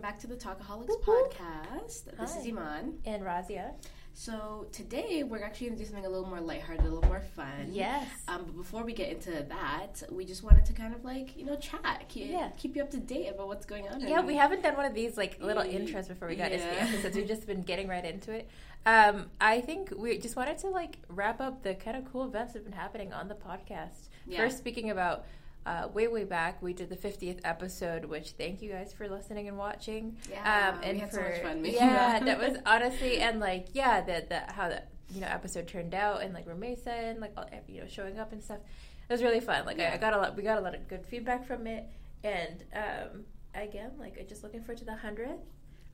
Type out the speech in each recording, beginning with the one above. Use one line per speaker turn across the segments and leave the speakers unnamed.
back to the Talkaholics podcast. This is
Hi.
Iman.
And Razia.
So today we're actually going to do something a little more lighthearted, a little more fun.
Yes.
Um, but before we get into that, we just wanted to kind of like you know chat, keep,
Yeah.
keep you up to date about what's going on.
yeah,
and-
we haven't done one of these like little
Mm,
intros before we got into the
yeah.
episodes. We've just been getting right into it. Um, I think we just wanted to like wrap up the kind of cool events that have been happening on the podcast.
Yeah.
First, speaking about uh, way way back, we did the fiftieth episode, which thank you guys for listening and watching.
Yeah,
um, and
Oh, we had
for
so much fun making
yeah,
that.
that was honestly and like yeah, the, the how the you know episode turned out and like Ramesa and like all, you know showing up and stuff. It was really fun. Like I, I
Yeah.
got a lot, we got a lot of good feedback from it, and um, again, like I'm just looking forward to the hundredth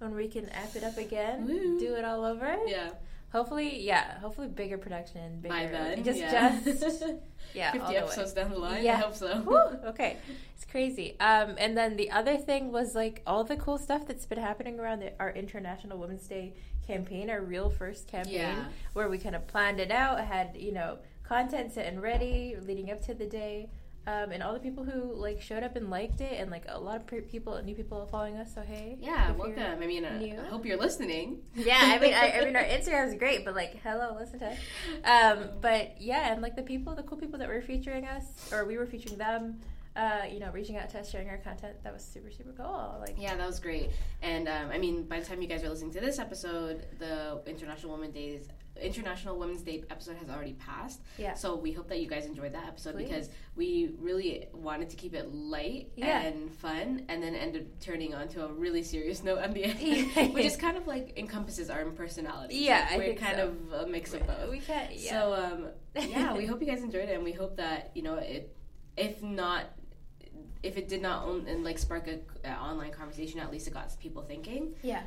when we can f it up again,
Woo.
do it all over.
yeah.
Hopefully, yeah, hopefully bigger production, bigger,
By then,
just
yeah.
just yeah, all
fifty
the way.
episodes down the line.
Yeah.
I hope so.
Whew, okay, it's crazy. Um, and then the other thing was like all the cool stuff that's been happening around the, our International Women's Day campaign, our real first campaign,
Yeah.
where we kind of planned it out, had you know content set and ready leading up to the day, um, and all the people who like showed up and liked it, and like a lot of pre- people, new people following us. So hey,
Yeah,
if you're-
welcome. I mean, uh,
new.
I hope you're listening.
yeah, I mean, I, I mean, our Instagram is great, but like, hello, listen to us. Um, but yeah, and like the people, the cool people that were featuring us, or we were featuring them, uh, you know, reaching out to us, sharing our content, that was super, super cool. Like,
Yeah, that was great. And um, I mean, by the time you guys are listening to this episode, the International Women's Days International Women's Day episode has already passed.
Yeah.
So we hope that you guys enjoyed that episode
Please.
because we really wanted to keep it light
Yeah.
and fun, and then ended up turning onto a really serious note at the
Yeah.
end, which is kind of like encompasses our personalities.
Yeah,
Like,
I
we're
think
kind
so.
of a mix of both.
we can't, yeah.
So um, yeah, we hope you guys enjoyed it, and we hope that you know it. If not, if it did not own, and like spark a, uh online conversation, at least it got people thinking.
yeah.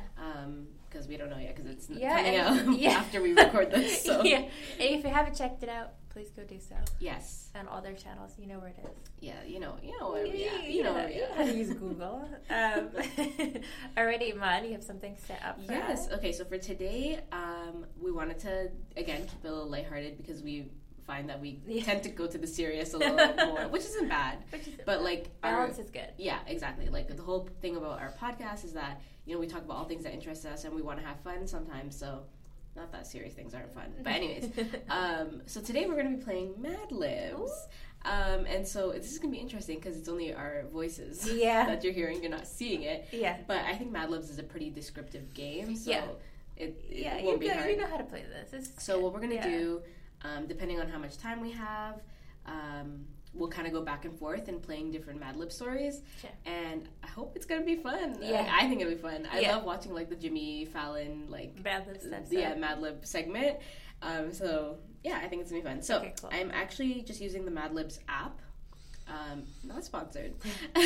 Because we don't know yet, because it's n-
Yeah,
coming
and-
out
yeah.
after we record this. So
Yeah. And if you haven't checked it out, please go do so.
yes,
On all their channels, you know where it is.
yeah, you know, you know, where, Oh, yeah, you know, where,
you know how to use Google. Um, already, Iman, you have something set up for
Yes.
us?
Okay. So for today, um, we wanted to again keep it a little lighthearted because we find that we
Yeah.
tend to go to the serious a little bit more, which isn't bad.
Which is-
But like our
balance is good.
Yeah, exactly. Like the whole thing about our podcast is that you know we talk about all things that interest us, and we want to have fun sometimes. So, not that serious things aren't fun, but anyways. um, so today we're gonna be playing Mad Libs, um, and so this is gonna be interesting because it's only our voices
yeah.
that you're hearing. You're not seeing it,
Yeah.
but I think Mad Libs is a pretty descriptive game, so
Yeah.
it, it
Yeah, you,
won't be
go,
hard.
you know how to play this. This is
So
good.
what we're gonna
Yeah.
do, um, depending on how much time we have, um, we'll kind of go back and forth and playing different Mad Lib stories.
Sure.
And I hope it's gonna be fun.
Yeah.
Like, I think it'll be fun. I
Yeah.
love watching like the Jimmy Fallon like
Bad lip stuff.
yeah Mad Lib segment. Um, so yeah, I think it's gonna be fun. So
Okay, cool.
I'm actually just using the Mad Libs app. Um, not sponsored,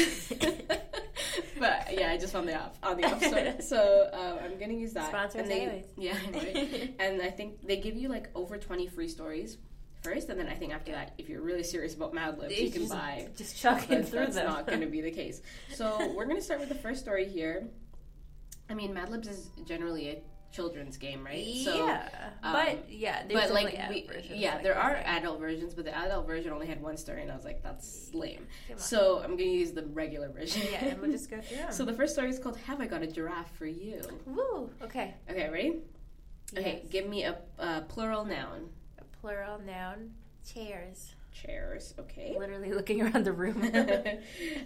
but yeah, I just found the app on the app store. So uh, I'm gonna use that.
Sponsors
and they,
anyways.
Yeah, I know, right? and I think they give you like over 20 free stories first, and then I think after that, if you're really serious about Mad Libs, you can
just,
buy.
Just chucking
But
through
that's
them.
not going to be the case. So we're going to start with the first story here. I mean, Mad Libs is generally a children's game, right? So,
yeah,
um,
but yeah, there's
but like,
definitely ad
we,
versions,
yeah,
like,
there
that's
are
right.
adult versions, but the adult version only had one story, and I was like, that's lame.
Come on.
So I'm going to use the regular version.
yeah, and we'll just go through them.
so the first story is called "Have I Got a Giraffe for You?"
Woo. Okay.
Okay, ready? Okay,
Yes.
give me a uh, plural noun.
A plural noun. Chairs.
Chairs. Okay.
Literally looking around the room.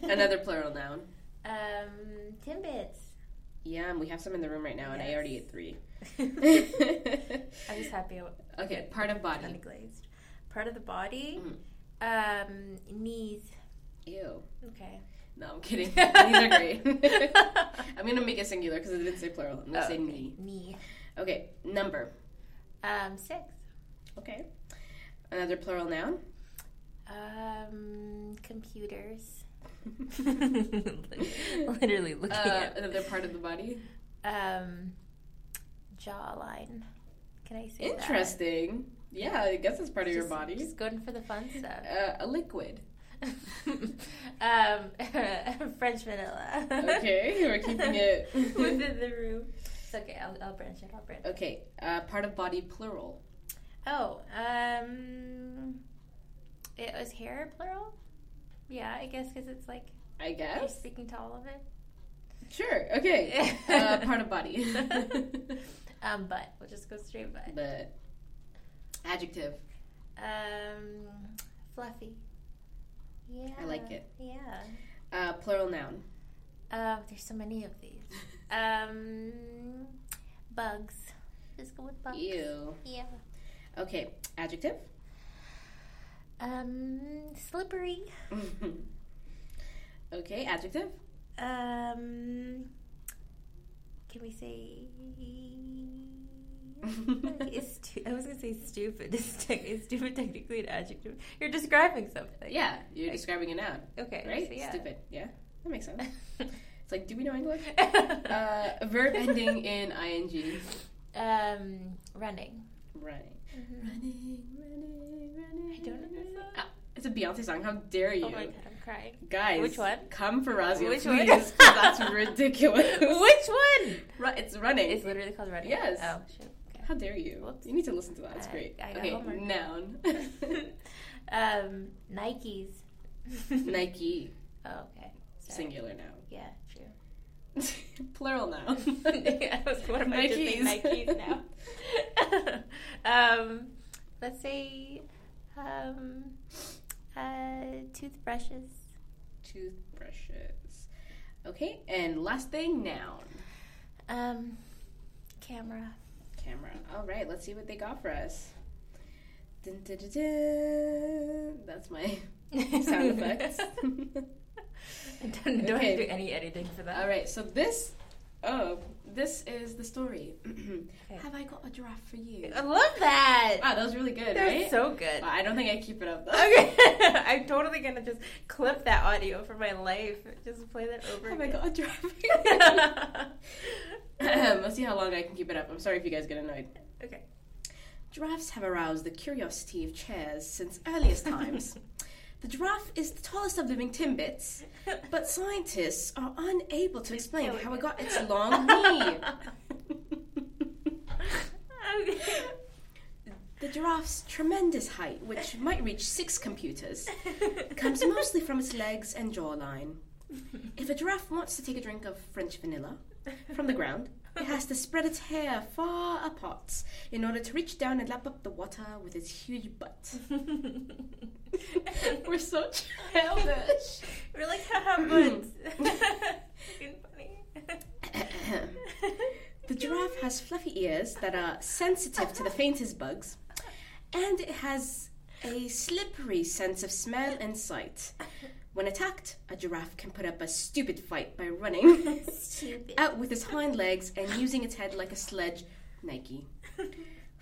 Another plural noun.
um, timbits.
Yeah, and we have some in the room right now, and I
Yes.
already ate three.
I'm
okay,
just happy. I
part of body.
kind of glazed. Part of the body.
Mm.
Um, knees.
Ew.
Okay.
No, I'm kidding. These are great. I'm gonna make it singular because I didn't say plural. I'm gonna
Oh,
say
okay.
me.
Knee.
Okay, number.
Um, six.
Okay. Another plural noun.
Um, computers. Literally looking
Uh,
at
another part of the body.
um jawline. Can I say That?
Interesting. Yeah, I guess it's part of your
Just-
body.
Just going for the fun stuff.
Uh, a liquid.
um, French vanilla.
Okay, we're keeping it.
within the room. It's okay. I'll, I'll branch it. I'll branch. it.
Okay, uh, part of body plural.
Oh, um, it was hair plural. Yeah, I guess because it's like
I
you're
guess.
speaking to all of it.
Sure. Okay. uh, part of body.
um, but we'll just go straight but.
but adjective.
Um, fluffy. Yeah.
I like it.
Yeah.
Uh, plural noun.
Um, there's so many of these. Um, bugs. Just go with bugs.
Ew.
Yeah.
Okay. Adjective.
Um, slippery.
okay. Adjective.
Um, can we say? it's stu- I was gonna say stupid. Is, te- is stupid technically an adjective? You're describing something.
yeah, you're
like-
describing a noun,
Okay.
right?
so yeah.
Stupid. Yeah. That makes sense. It's like, do we know English? Uh, a verb ending in ing.
um, running.
Running.
Mhm.
Running, running, running.
I don't know this song.
Ah, it's a Beyonce song. How dare you,
Oh my god, I'm crying.
guys?
Which one?
Come for Razia,
Which one?
please. 'cause That's ridiculous.
Which one?
Ru- it's running.
It's literally called running.
Yes.
Oh shit. Okay.
How dare you?
Whoops.
You need to listen to that. It's
I-
great.
I got
okay,
homework.
noun.
Um, Nikes.
Nike.
Oh, okay. Sorry.
Singular noun.
Yeah, true.
Plural noun.
I was what am I just saying Nikes now? um, let's say um, uh, toothbrushes.
Toothbrushes. Okay, and last thing, noun.
Um, camera.
Camera. All right, let's see what they got for us. Dun, dun, dun, dun. That's my sound effects.
I don't, don't
Okay.
have to do any editing for that.
All right, so this, oh, this is the story. Have I got a draft for you?
I love that.
Wow, that was really good,
They're
right?
Uh, so good.
Wow, I don't think I keep it up though.
Okay, I'm totally gonna just clip that audio for my life. Just play that over.
Have I
again.
got a draft for you?
god.
Let's see how long I can keep it up. I'm sorry if you guys get annoyed.
okay.
Giraffes have aroused the curiosity of chairs since earliest times. the giraffe is the tallest of living timbits, but scientists are unable to explain
Killing
how it
it.
got its long knee. the giraffe's tremendous height, which might reach six computers, comes mostly from its legs and jawline. If a giraffe wants to take a drink of French vanilla from the ground, it has to spread its hair far apart in order to reach down and lap up the water with its huge butt. We're so childish. Mm.
We're like haha buds. Fucking funny.
the giraffe has fluffy ears that are sensitive to the faintest bugs, and it has a slippery sense of smell and sight. When attacked, a giraffe can put up a stupid fight by running
Stupid.
out with its hind legs and using its head like a sledge. Nike.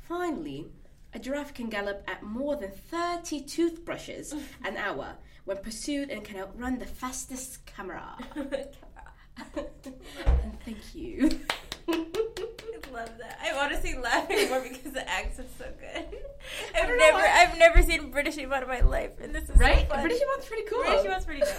Finally, a giraffe can gallop at more than 30 toothbrushes an hour when pursued and can outrun the fastest camera. And thank you.
I love that. I'm honestly laughing more because the accent's so good. I've
don't know
never,
why.
I've never seen British Iman in my life, and this is
right?
So fun.
British Iman's pretty cool.
British Iman's pretty dope.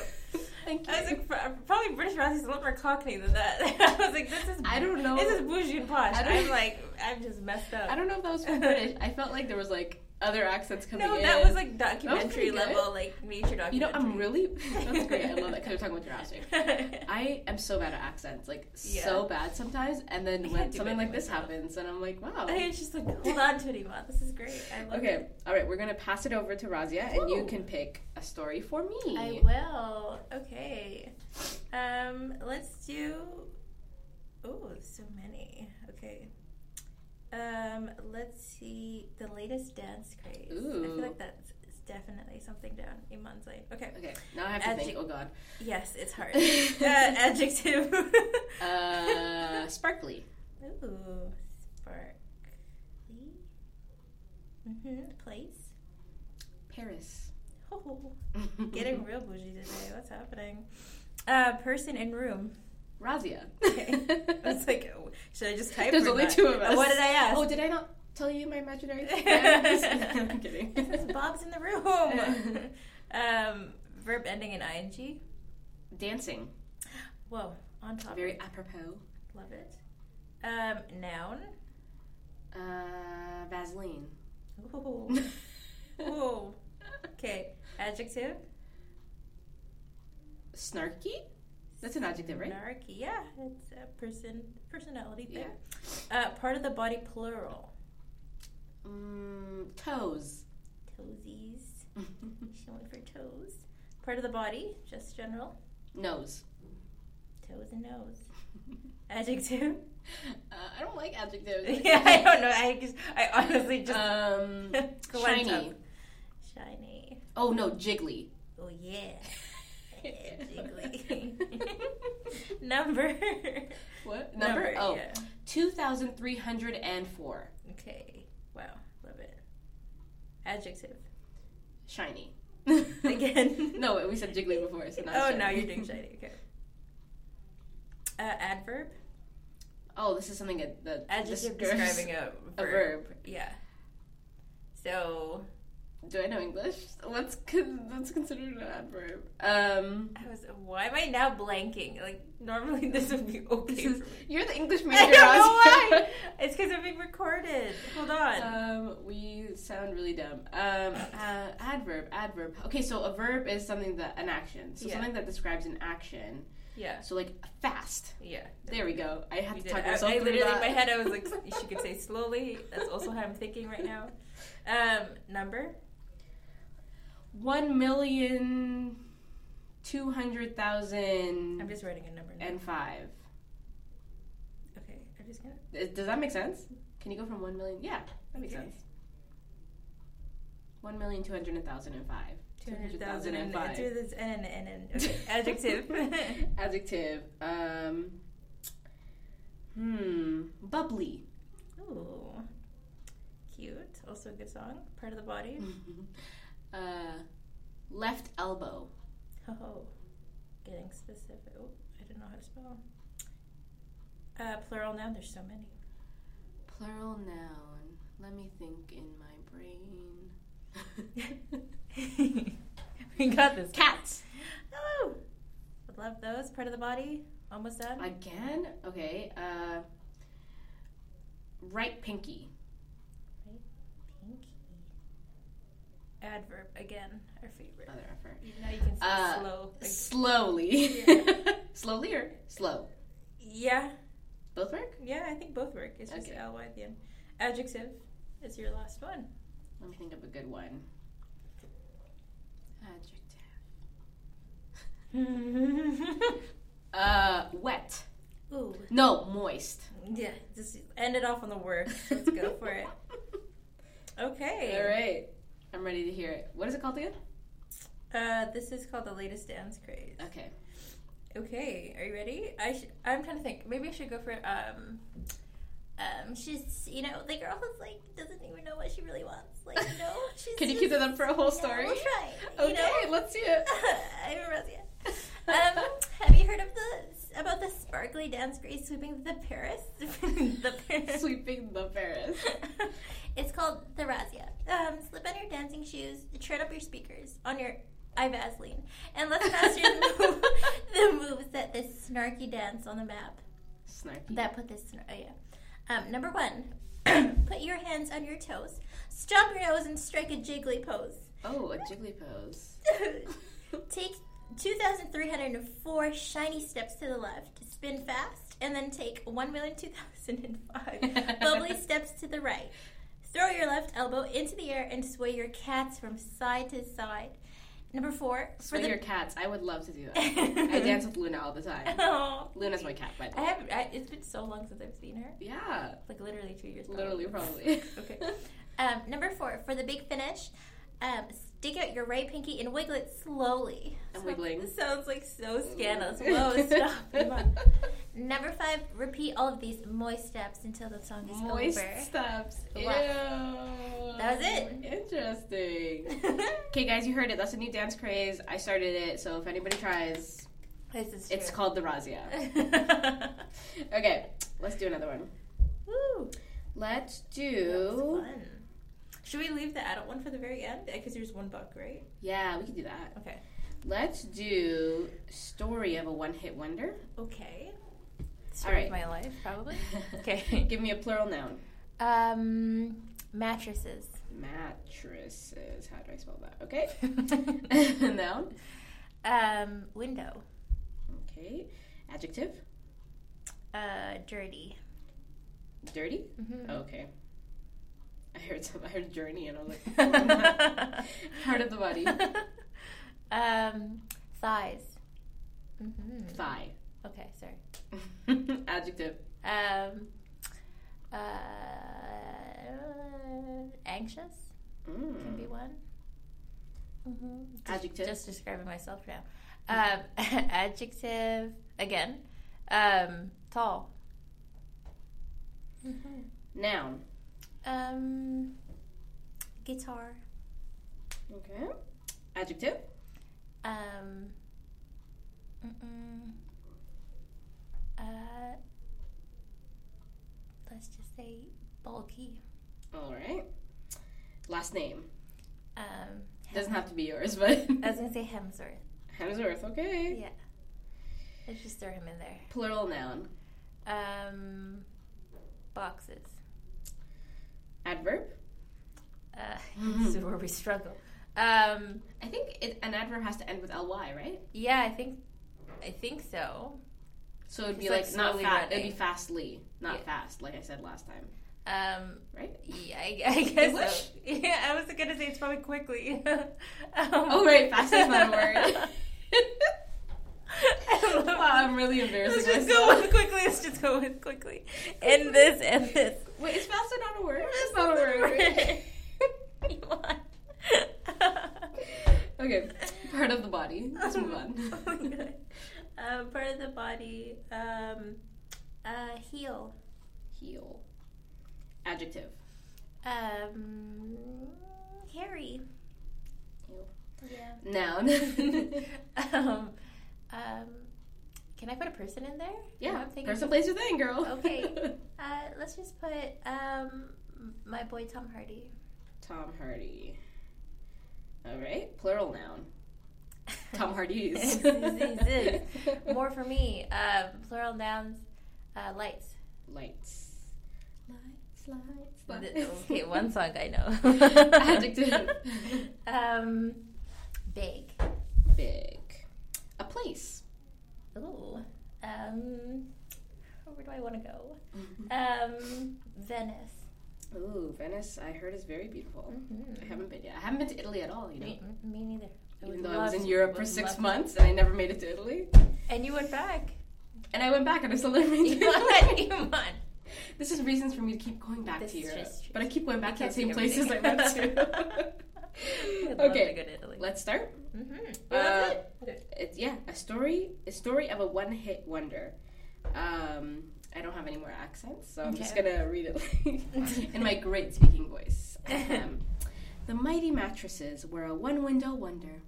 thank you.
I was like, fr- probably British Iman is a lot more Cockney than that. I was like, this is,
I don't know.
this is bougie and posh.
I don't-
I'm like, I'm just messed up.
I don't know if that was from British. I felt like there was like other accents coming
no,
in.
that was like documentary
good.
level, like nature documentary.
You know, I'm really. That's great. I love that because we're talking about giraffes. Right? I am so bad at accents, like so
Yeah.
bad sometimes. And then
I
when
can't do
something
it
like this
myself.
happens, and I'm like, wow.
I was just like, hold on to it, Iman. This is great. I love
Okay,
it.
all right, we're gonna pass it over to Razia, and you
Ooh.
can pick a story for me.
I will. Okay. Um, let's do. Oh, so many. Okay. Um, let's see the latest dance craze. I
Ooh.
feel like that's is definitely something down Iman's lane. Okay.
Okay, now I have to think.
Adjec-
Oh God,
Yes, it's hard. uh, adjective.
uh, sparkly.
Ooh, sparkly. Mhm. Place.
Paris.
Oh, getting real bougie today. What's happening? Uh, person in room.
Razia.
Okay. I was like, oh, should I just type?
There's
or
only
not?
two of us.
What did I ask?
Oh, did I not tell you my imaginary? friends? I'm kidding.
It says Bob's in the room. um, verb ending in ing.
Dancing.
Whoa, on top.
Very apropos.
Love it. Um, noun.
Uh, Vaseline.
Ooh. Ooh. Okay. Adjective.
Snarky. That's an adjective, right?
Narky, yeah, it's a person personality thing.
Yeah.
Uh, part of the body plural.
Mm, toes.
Toesies. She went for toes. Part of the body, just general.
Nose.
Toes and nose. Adjective.
Uh, I don't like adjectives.
yeah, I don't know. I just, I honestly just
Um,
glance
shiny.
up. Shiny.
Oh no, jiggly.
Oh yeah. Jiggly. Number.
what number? oh,
yeah.
two thousand three hundred and four.
Okay. Wow. Love it. Adjective.
Shiny.
Again.
no, we said jiggly before, so now.
oh, now you're doing shiny. Okay. Uh, adverb.
Oh, this is something that the
Adjective
describes
describing a verb.
a verb.
Yeah. So
Do I know English? What's con- that's considered an adverb. Um,
I was. Why am I now blanking? Like normally this would be okay
This
for
is-
me.
you're the English major.
I don't know
Roz.
why. it's because I'm being recorded. Hold on.
Um, we sound really dumb. Um, uh, adverb, adverb. Okay, so a verb is something that an action. So
Yeah.
something that describes an action.
yeah.
So like fast.
Yeah.
There we go. I had
You
to
did.
talk
I,
myself
I
through
literally
that.
in my head I was like, she could say slowly. That's also how I'm thinking right now. Um, number.
one million two hundred
I'm
thousand
just writing a number. Now.
and five.
Okay. I'm just gonna.
Th- Does that make sense? Can you go from one million? Yeah, that makes
Okay.
sense. One million two hundred and thousand and five.
Two hundred thousand and five.
five.
And and and and. Okay. Adjective.
Adjective. Um, hmm. Bubbly.
Ooh. Cute. Also a good song. Part of the body.
uh, left elbow.
Oh. Getting specific. Oh, I don't know how to spell. Uh, plural noun. There's so many.
Plural noun. Let me think in my brain.
we got this.
Cats.
Oh. Would love those. Part of the body. Almost done.
Again? Okay. Uh, right pinky.
Pinky. Adverb again. Our favorite.
Other effort.
Now you can say
Uh,
slow. Like,
Slowly. Slowly or slow?
yeah.
Both work?
Yeah. I think both work. It's just
Okay.
ly at the end. Adjective is your last one.
Let me think of a good one. Adjective. Uh, wet.
Ooh.
No, moist.
Yeah, just end it off on the worst. Let's go for it.
All
Okay.
right. I'm ready to hear it. What is it called again?
Uh, this is called the latest dance craze.
Okay.
Okay, are you ready? I sh- I'm trying to think. Maybe I should go for um. Um, she's you know the girl who's like doesn't even know what she really wants. Like you know, she's.
Can you
just-
keep that up for a whole
yeah,
story?
We'll try.
Okay,
You know?
let's see it.
I'm Rosia. Um, have you heard of the about the sparkly dance craze sweeping the Paris? the Paris.
Sweeping the Paris.
it's called the Razia. Um, slip on your dancing shoes, turn up your speakers on your eye Vaseline, and let's master the, move, the moves that this snarky dance on the map
Snarky.
that put this. Oh yeah. Um, number one, put your hands on your toes, stomp your nose, and strike a jiggly pose.
Oh, a jiggly pose.
take 2,304 shiny steps to the left, spin fast, and then take 1,2005 bubbly steps to the right. Throw your left elbow into the air and sway your cats from side to side. Number four,
Swing
the
your cats. I would love to do that. I dance with Luna all the time.
Aw.
Luna's my cat, by the
Oh. I
way.
have. I, it's been so long since I've seen her.
Yeah,
Like literally two years. probably.
literally, probably.
Okay. Um, number four, for the big finish, um, stick out your right pinky and wiggle it slowly.
I'm
So-
wiggling.
This sounds like so scandalous. Whoa, stop. Come on. Number five, repeat all of these moist steps until the song is
Moist
over.
steps. Ew.
Wow. That was it.
Interesting. Okay, guys, you heard it. That's a new dance craze. I started it, so if anybody tries,
this is
it's
true.
called the Razia. Okay, let's do another one.
Woo.
Let's
That was
do.
fun. Should we leave the adult one for the very end? Because there's one buck, right?
Yeah, we can do that.
Okay.
Let's do story of a one-hit wonder.
Okay.
Story of
my life, probably.
Give me a plural noun.
Um, mattresses.
Mattresses. How do I spell that? Okay. noun.
um, window.
Okay. Adjective?
Uh, dirty.
Dirty?
Mm-hmm.
Okay. I heard some, I heard journey and I was like, oh, no. part of the body.
um, thighs. Mm-hmm.
Thigh.
Okay, sorry.
Adjective.
Um, uh, anxious can be
Mm.
one. Mm-hmm.
Adjective.
Just describing myself now. Um, adjective again. Um, tall. Mm-hmm.
Noun.
Um, guitar.
Okay. Adjective.
Um, mm-mm. Uh, let's just say bulky.
All right. Last name.
Um,
Doesn't have to be yours, but
I was gonna say Hemsworth.
Hemsworth. Okay.
Yeah. Let's just throw him in there.
Plural noun.
Um, boxes.
Adverb.
Uh, this
Mm-hmm.
is where we struggle. Um,
I think it, an adverb has to end with ly, right?
yeah, I think, I think so.
So it'd be
It's
like,
like
not
slowly
fat. It'd
running.
be fastly, not
Yeah.
fast, like I said last time,
Um,
right?
yeah, I, I guess.
English?
So. Yeah, I was gonna say it's probably quickly. um,
Oh, right. Fast is not a word.
I love
wow, I'm really
Let's
embarrassing
just
myself.
go with quickly. Let's just go with quickly. End this. End this.
Wait, is faster not a word? It's not a word.
You want?
okay, part of the body. Let's move on.
Oh my God. Uh, part of the body. Um, uh, heel.
Heel. Adjective.
Um, hairy.
Heel.
Yeah.
Noun.
um, um, can I put a person in there?
yeah,
I'm thinking-
person, place, or thing, girl.
Okay. Uh, let's just put um, my boy Tom Hardy.
Tom Hardy. All right, plural noun. Tom Hardy's.
More for me. Um, plural nouns. Uh, lights.
Lights. Lights, lights,
Th- Okay, one song I know.
Adjective.
Um, big.
Big. A place.
Ooh. Um, where do I want to go?
Mm-hmm.
Um, Venice.
Ooh, Venice, I heard is very beautiful. I
Mm-hmm.
haven't been yet. I haven't been to Italy at all, you know.
Me, me neither. I
Even
would
though I was
love
in
to-
Europe
would
for six
love to-
months and I never made it to Italy.
And you went back.
And I went back and I still never made it to
Iman,
Italy.
Iman.
This is reasons for me to keep going back
This
to
is
Europe.
just true.
But I keep going back to
You
the
can't
same
see
places I went
everything.
to.
I'd love
Okay.
to go to Italy.
Let's start.
Mm-hmm.
Uh,
it.
It's yeah, a story a story of a one hit wonder. Um I don't have any more accents, so I'm just
Okay.
gonna read it in my great speaking voice. Um, the mighty mattresses were a one window wonder,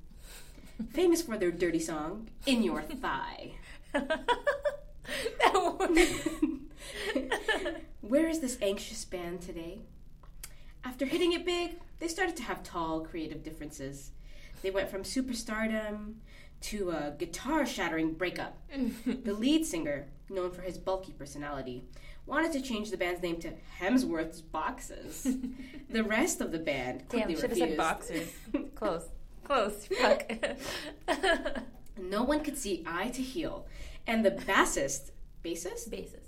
famous for their dirty song, In Your Thigh.
that one.
Where is this anxious band today? After hitting it big, they started to have tall creative differences. They went from superstardom to a guitar shattering breakup. The lead singer, known for his bulky personality, wanted to change the band's name to Hemsworth's Boxes. the rest of the band
Damn,
quickly
should have
refused.
said boxers. Close. Close. Fuck.
No one could see eye to heel, and the bassist, bassist,
Basis.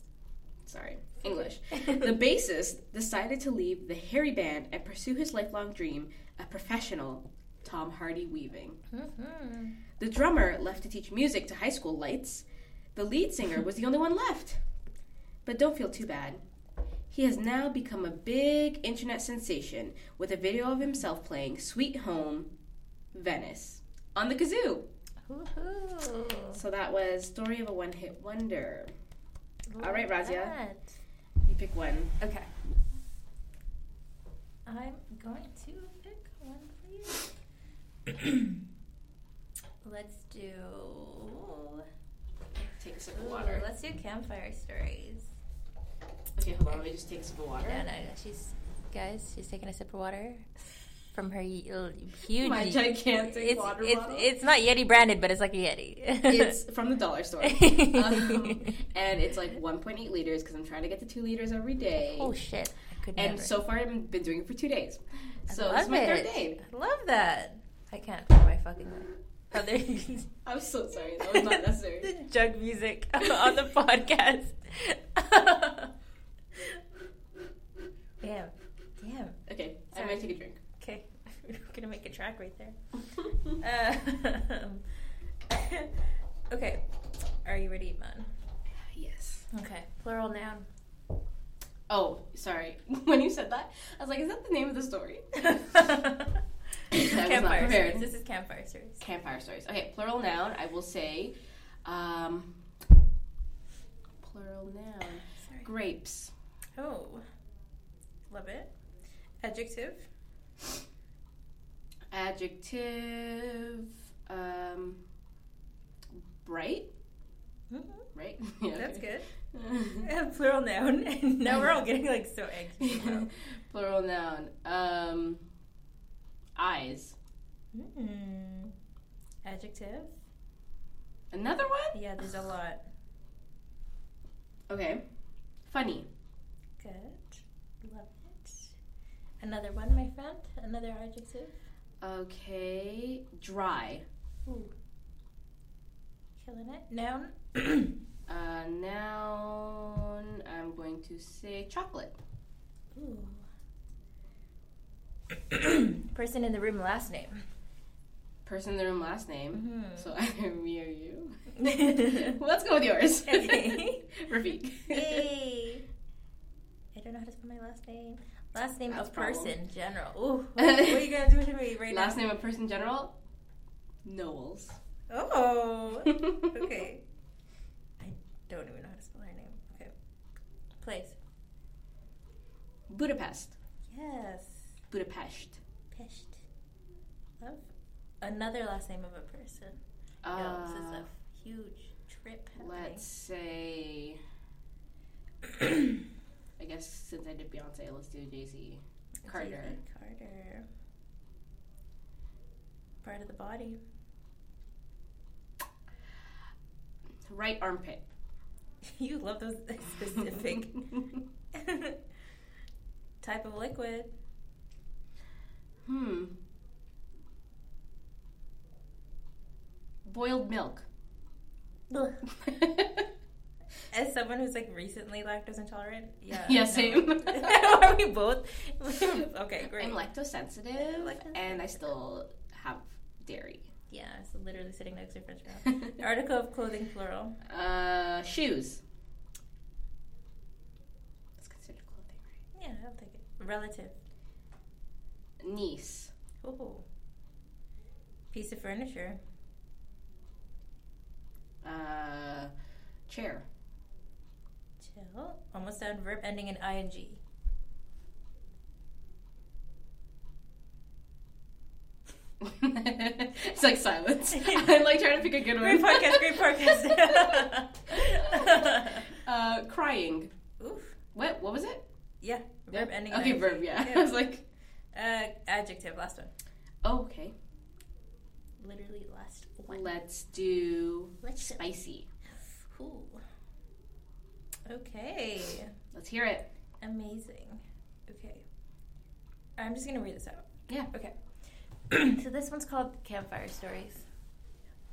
sorry, English, The bassist decided to leave the hairy band and pursue his lifelong dream, a professional Tom Hardy weaving.
Mm-hmm.
The drummer left to teach music to high school lights. The lead singer was the only one left. But don't feel too bad. He has now become a big internet sensation with a video of himself playing Sweet Home Venice on the kazoo.
Woohoo.
So that was Story of a One Hit Wonder. All right,
Love
Razia.
that.
You pick one.
Okay. I'm going to pick one for you. let's do.
Take a sip
Ooh, let's do campfire stories.
Okay, hold on. Let me just take a sip of water.
No, no, no. She's guys. She's taking a sip of water from her ye- l- huge.
My gigantic
it's,
water
it's,
bottle.
It's not Yeti branded, but it's like a Yeti.
it's from the dollar store. Um, and it's like 1.8 liters because I'm trying to get to two liters every day.
oh shit! I could
and
never.
so far, I've been doing it for two days.
I
So
love
this is my
it.
third day.
I love that. I can't for my fucking life. How they're using
I'm so sorry. That was not necessary.
the jug music on the podcast. damn, damn.
Okay, I
Sorry.
might take a drink.
Okay, we're gonna make a track right there. Uh, okay, are you ready, man?
yes.
Okay, plural noun.
Oh, sorry. When you said that, I was like, is that the name of the story? I was not
campfire
prepared.
stories. This is campfire stories.
Campfire stories. Okay, plural noun. I will say, um, plural noun.
Sorry.
Grapes.
Oh, love it. Adjective.
Adjective. Um, bright.
Mm-hmm.
Right.
That's good. Plural noun. And now we're all getting like so anxious. About.
plural noun. Um, eyes.
Mm. Adjective.
Another one.
Yeah, there's a lot.
Okay. Funny.
Good. Love it. Another one, my friend. Another adjective.
Okay. Dry.
Ooh. Killing it. Noun.
Uh, noun. I'm going to say chocolate.
Ooh. Person in the room, last name.
Person in the room, last name.
Mhm.
So either me or you.
Mm-hmm.
Let's go with yours.
Okay.
Rafik.
Yay! I don't know how to spell my last name. Last name
That's
of
a problem.
person, general. Ooh, what, what are you gonna do to me right
Last
now?
name of person general. Knowles.
Oh, okay. I don't even know how to spell her name. Okay, place.
Budapest.
Yes,
Budapest.
Pesht. Love. Another last name of a person. Yo, this is
Uh,
a huge trip.
let's say.
happening.
I guess since I did Beyonce, let's do Jay Z. Carter.
Jay-Z Carter. Part of the body.
Right armpit.
You love those specific type of liquid.
hmm. Boiled milk.
As someone who's like recently lactose intolerant, yeah.
Yeah,
no.
same.
Are we both? okay, great.
I'm lactose sensitive,
Lactose
and I
sensitive.
still have dairy.
yeah, it's literally sitting next to your French fry. Article of clothing, plural.
uh, shoes. That's considered clothing,
Yeah, I'll take it. Relative.
right? Niece.
Ooh. Piece of furniture.
Uh, chair.
Chill. Almost done. Verb ending in ing.
it's like silence. I'm like trying to pick a good one.
Great podcast, great podcast.
uh, crying.
Oof.
What? What was it?
Yeah. Verb ending in
Okay,
ing.
verb. Yeah.
Yeah.
I was like,
Uh, adjective, last one.
oh, okay.
Literally last one.
Let's do
Let's
spicy.
Ooh. Okay.
Let's hear it.
Amazing. Okay. I'm just gonna read this out.
Yeah.
Okay. so this one's called Campfire Stories.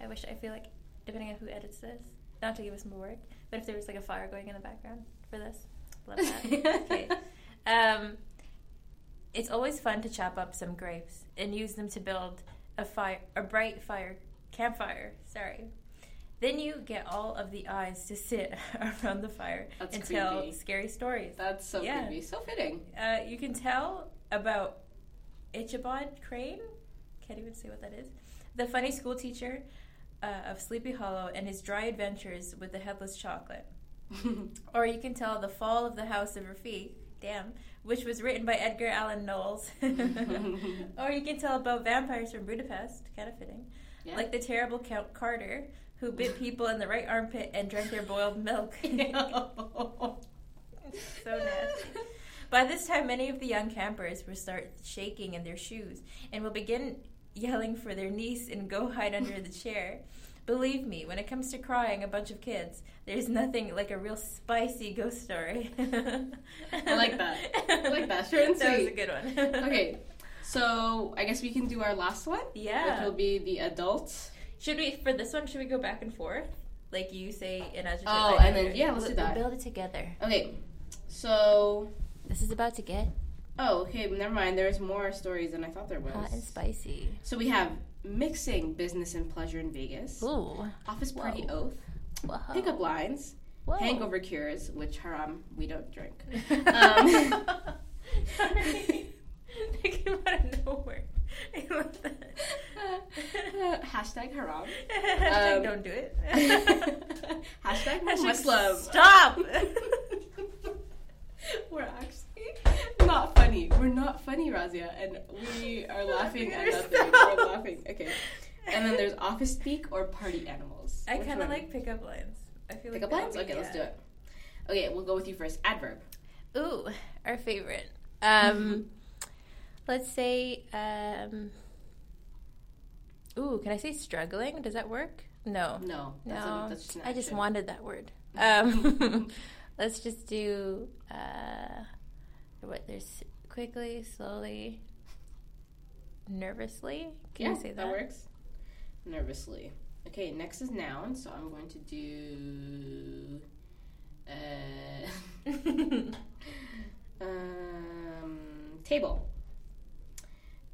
I wish I feel like depending on who edits this, not to give us more work, but if there was like a fire going in the background for this, love that. Okay. Um, it's always fun to chop up some grapes and use them to build a fire, a bright fire campfire. Sorry. Then you get all of the eyes to sit around the fire
That's
and tell
creepy.
scary stories.
That's so
Yeah.
creepy. So fitting.
Uh, you can tell about Ichabod Crane. Can't even say what that is. The funny school teacher uh, of Sleepy Hollow and his dry adventures with the headless chocolate. Or you can tell The Fall of the House of Rafik, damn, which was written by Edgar Allan Knowles. or you can tell about vampires from Budapest, kind of fitting.
Yeah.
Like the terrible Count Carter, who bit people in the right armpit and drank their boiled milk. so nasty. By this time, many of the young campers will start shaking in their shoes and will begin yelling for their niece and go hide under the chair. Believe me, when it comes to crying a bunch of kids, there's nothing like a real spicy ghost story. I
like that. I like that. Short and
That was a
sweet.
good one.
Okay. So I guess we can do our last one,
Yeah.
which will be the adult
Should we for this one? Should we go back and forth? Like you say an adjective.
Oh,
I
and then-
adjective.
yeah, let's do that.
We'll build it together.
Okay, so
This is about to get
oh, okay, never mind. There's more stories than I thought there was.
hot and spicy.
So we have mixing business and pleasure in Vegas,
Ooh.
office party oath,
Whoa. Oh.
pickup lines,
Whoa.
hangover cures, which haram we don't drink.
um, Sorry. That came out of nowhere. I love that.
hashtag haram.
Hashtag
Um,
don't do it.
Hashtag we're Muslim.
Stop.
We're actually not funny. We're not funny, Razia, and we are laughing at nothing.
Stop.
We're laughing. Okay. And then there's office speak or party animals.
I
Which
kind of
one?
like pickup lines. I feel like
pick up
that
lines.
would
Okay,
be-
let's do it. Okay, we'll go with you first. Adverb.
Ooh, our favorite.
Mm-hmm.
Um, let's say. Um, ooh, can I say struggling? Does that work? No,
No, that's,
no.
A, that's just an
I just
action.
wanted that word. Um, let's just do. Uh, what? There's quickly, slowly, nervously. Can
yeah,
you say that?
that works. Nervously. Okay, next is noun. So I'm going to do. Uh, um, table.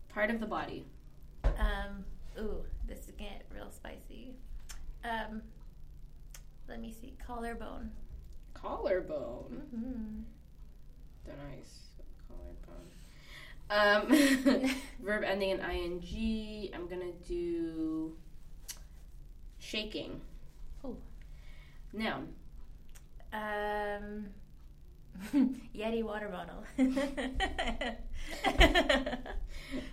Part of the body.
um, ooh, this is getting real spicy. Um, let me see. Collarbone.
Collarbone.
Mm-hmm.
The nice collarbone. Um, verb ending in ing. I'm gonna do shaking.
Oh.
Noun.
Um, Yeti water bottle.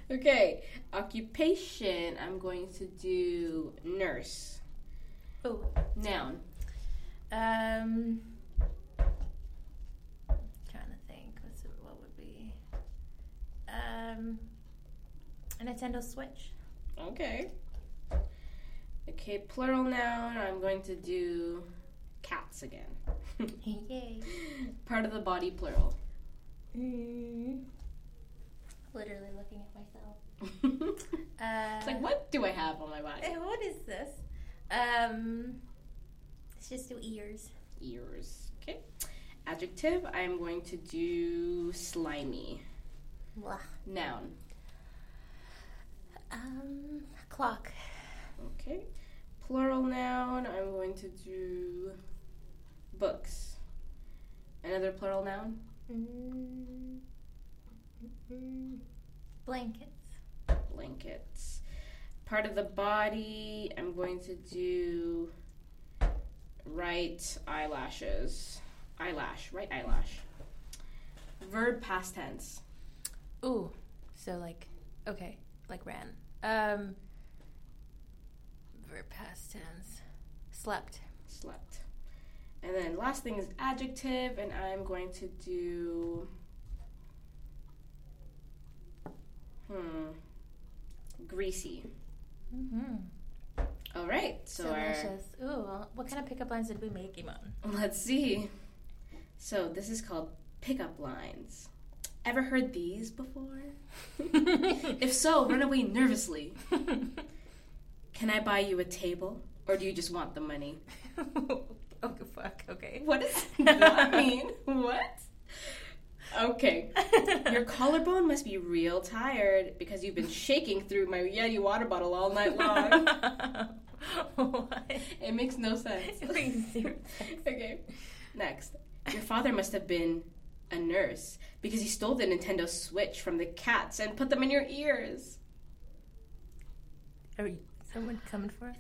Okay. Occupation. I'm going to do nurse.
oh,
Noun.
um, trying to think. What's it, what would be? Um, a Nintendo Switch.
Okay. Okay. Plural noun. I'm going to do cats again.
Yay!
Part of the body. Plural.
Literally looking at myself.
it's
Uh,
like what do I have on my body?
eh, what is this? Um, it's just do ears.
ears. Okay. Adjective, I'm going to do slimy.
Blah.
Noun.
Um, clock.
Okay. Plural noun, I'm going to do books. Another plural noun?
Mm, mm, Blankets.
Blankets. Part of the body, I'm going to do right eyelashes. Eyelash, right eyelash. Verb past tense.
Ooh, so like, okay, like ran. Um, verb past tense. Slept.
slept. And then last thing is adjective, and I'm going to do. Hmm. Greasy.
Mm-hmm.
All right, so our,
Delicious. Ooh, well, what kind of pickup lines did we make, Iman?
let's see. So this is called pickup lines. Ever heard these before? If so, run away nervously. Can I buy you a table, or do you just want the money?
oh fuck. Okay.
What does that mean? What? Okay. Your collarbone must be real tired because you've been shaking through my Yeti water bottle all night long.
what?
it makes no sense.
It makes zero sense.
okay. Next. Your father must have been a nurse because he stole the Nintendo Switch from the cats and put them in your ears.
Are we, someone coming for us?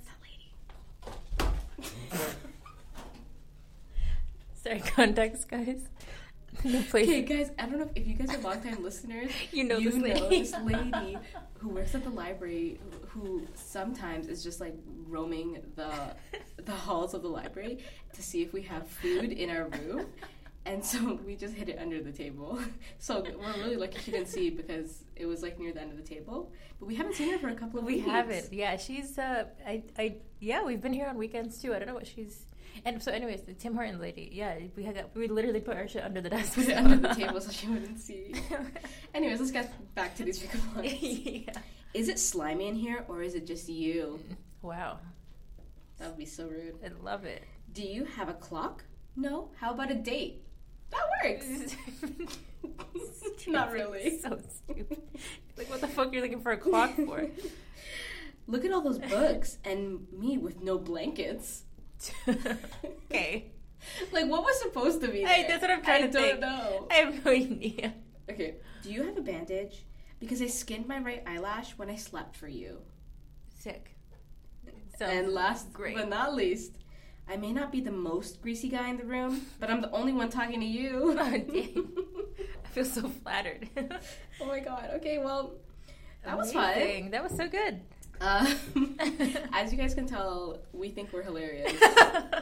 Sorry, context, guys. The place.
Okay, guys, I don't know if you guys are longtime listeners
you know
you
this lady.
know this lady who works at the library who sometimes is just like roaming the the halls of the library to see if we have food in our room. And so we just hid it under the table. So we're really lucky she didn't see because it was like near the end of the table. But we haven't seen her for a couple of
We
weeks.
haven't. Yeah, she's. Uh, I. I. Yeah, we've been here on weekends too. I don't know what she's. And so, anyways, the Tim Horton lady. Yeah, we had that. We literally put our shit under the desk.
Put it under the table so she wouldn't see. Anyways, let's get back to these pickup lines.
yeah.
Is it slimy in here or is it just you?
Wow.
That would be so rude.
I love it.
Do you have a clock? No. How about a date? That works. Not really.
so stupid. Like, what the fuck you're looking for a clock for?
Look at all those books and me with no blankets.
okay.
Like what was supposed to be?
Hey,
there?
that's what I'm trying
I
to
don't
think.
know.
I have no idea.
Okay. Do you have a bandage? Because I skinned my right eyelash when I slept for you.
Sick. So
and last
great.
but not least, I may not be the most greasy guy in the room, but I'm the only one talking to you.
Oh, dang. I feel so flattered.
oh my god. Okay, well, that was fun.
Amazing. That was so good.
Uh, as you guys can tell, we think we're hilarious.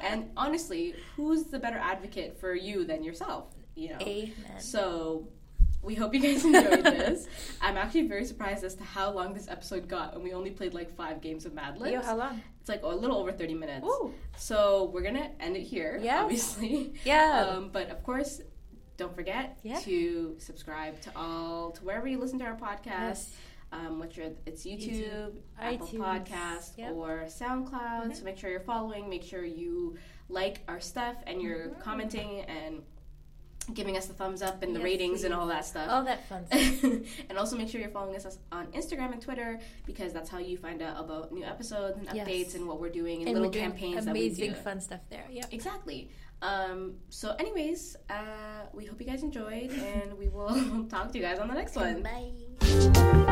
and honestly, who's the better advocate for you than yourself? You know.
Amen.
So we hope you guys enjoyed this. I'm actually very surprised as to how long this episode got, and we only played like five games of Mad Libs.
Yo, how long?
it's like a little over 30 minutes.
Ooh.
So we're gonna end it here,
Yeah.
obviously.
Yeah.
Um, but of course, don't forget
Yeah.
to subscribe to all to wherever you listen to our podcast.
Yes.
Um, which are it's YouTube,
YouTube,
Apple
iTunes,
Podcast,
yep. Mm-hmm.
or SoundCloud. So make sure you're following. Make sure you like our stuff and you're
Mm-hmm.
commenting and giving us the thumbs up and the
Yes,
ratings and
please.
all that stuff.
All that fun stuff.
and also make sure you're following us on Instagram and Twitter because that's how you find out about new episodes and
Yes.
updates and what we're doing and,
And
little
we're doing
campaigns
amazing
that we do.
fun stuff there. Yeah.
Exactly. Um, so, anyways, uh, we hope you guys enjoyed, and we will talk to you guys on the next one.
Bye.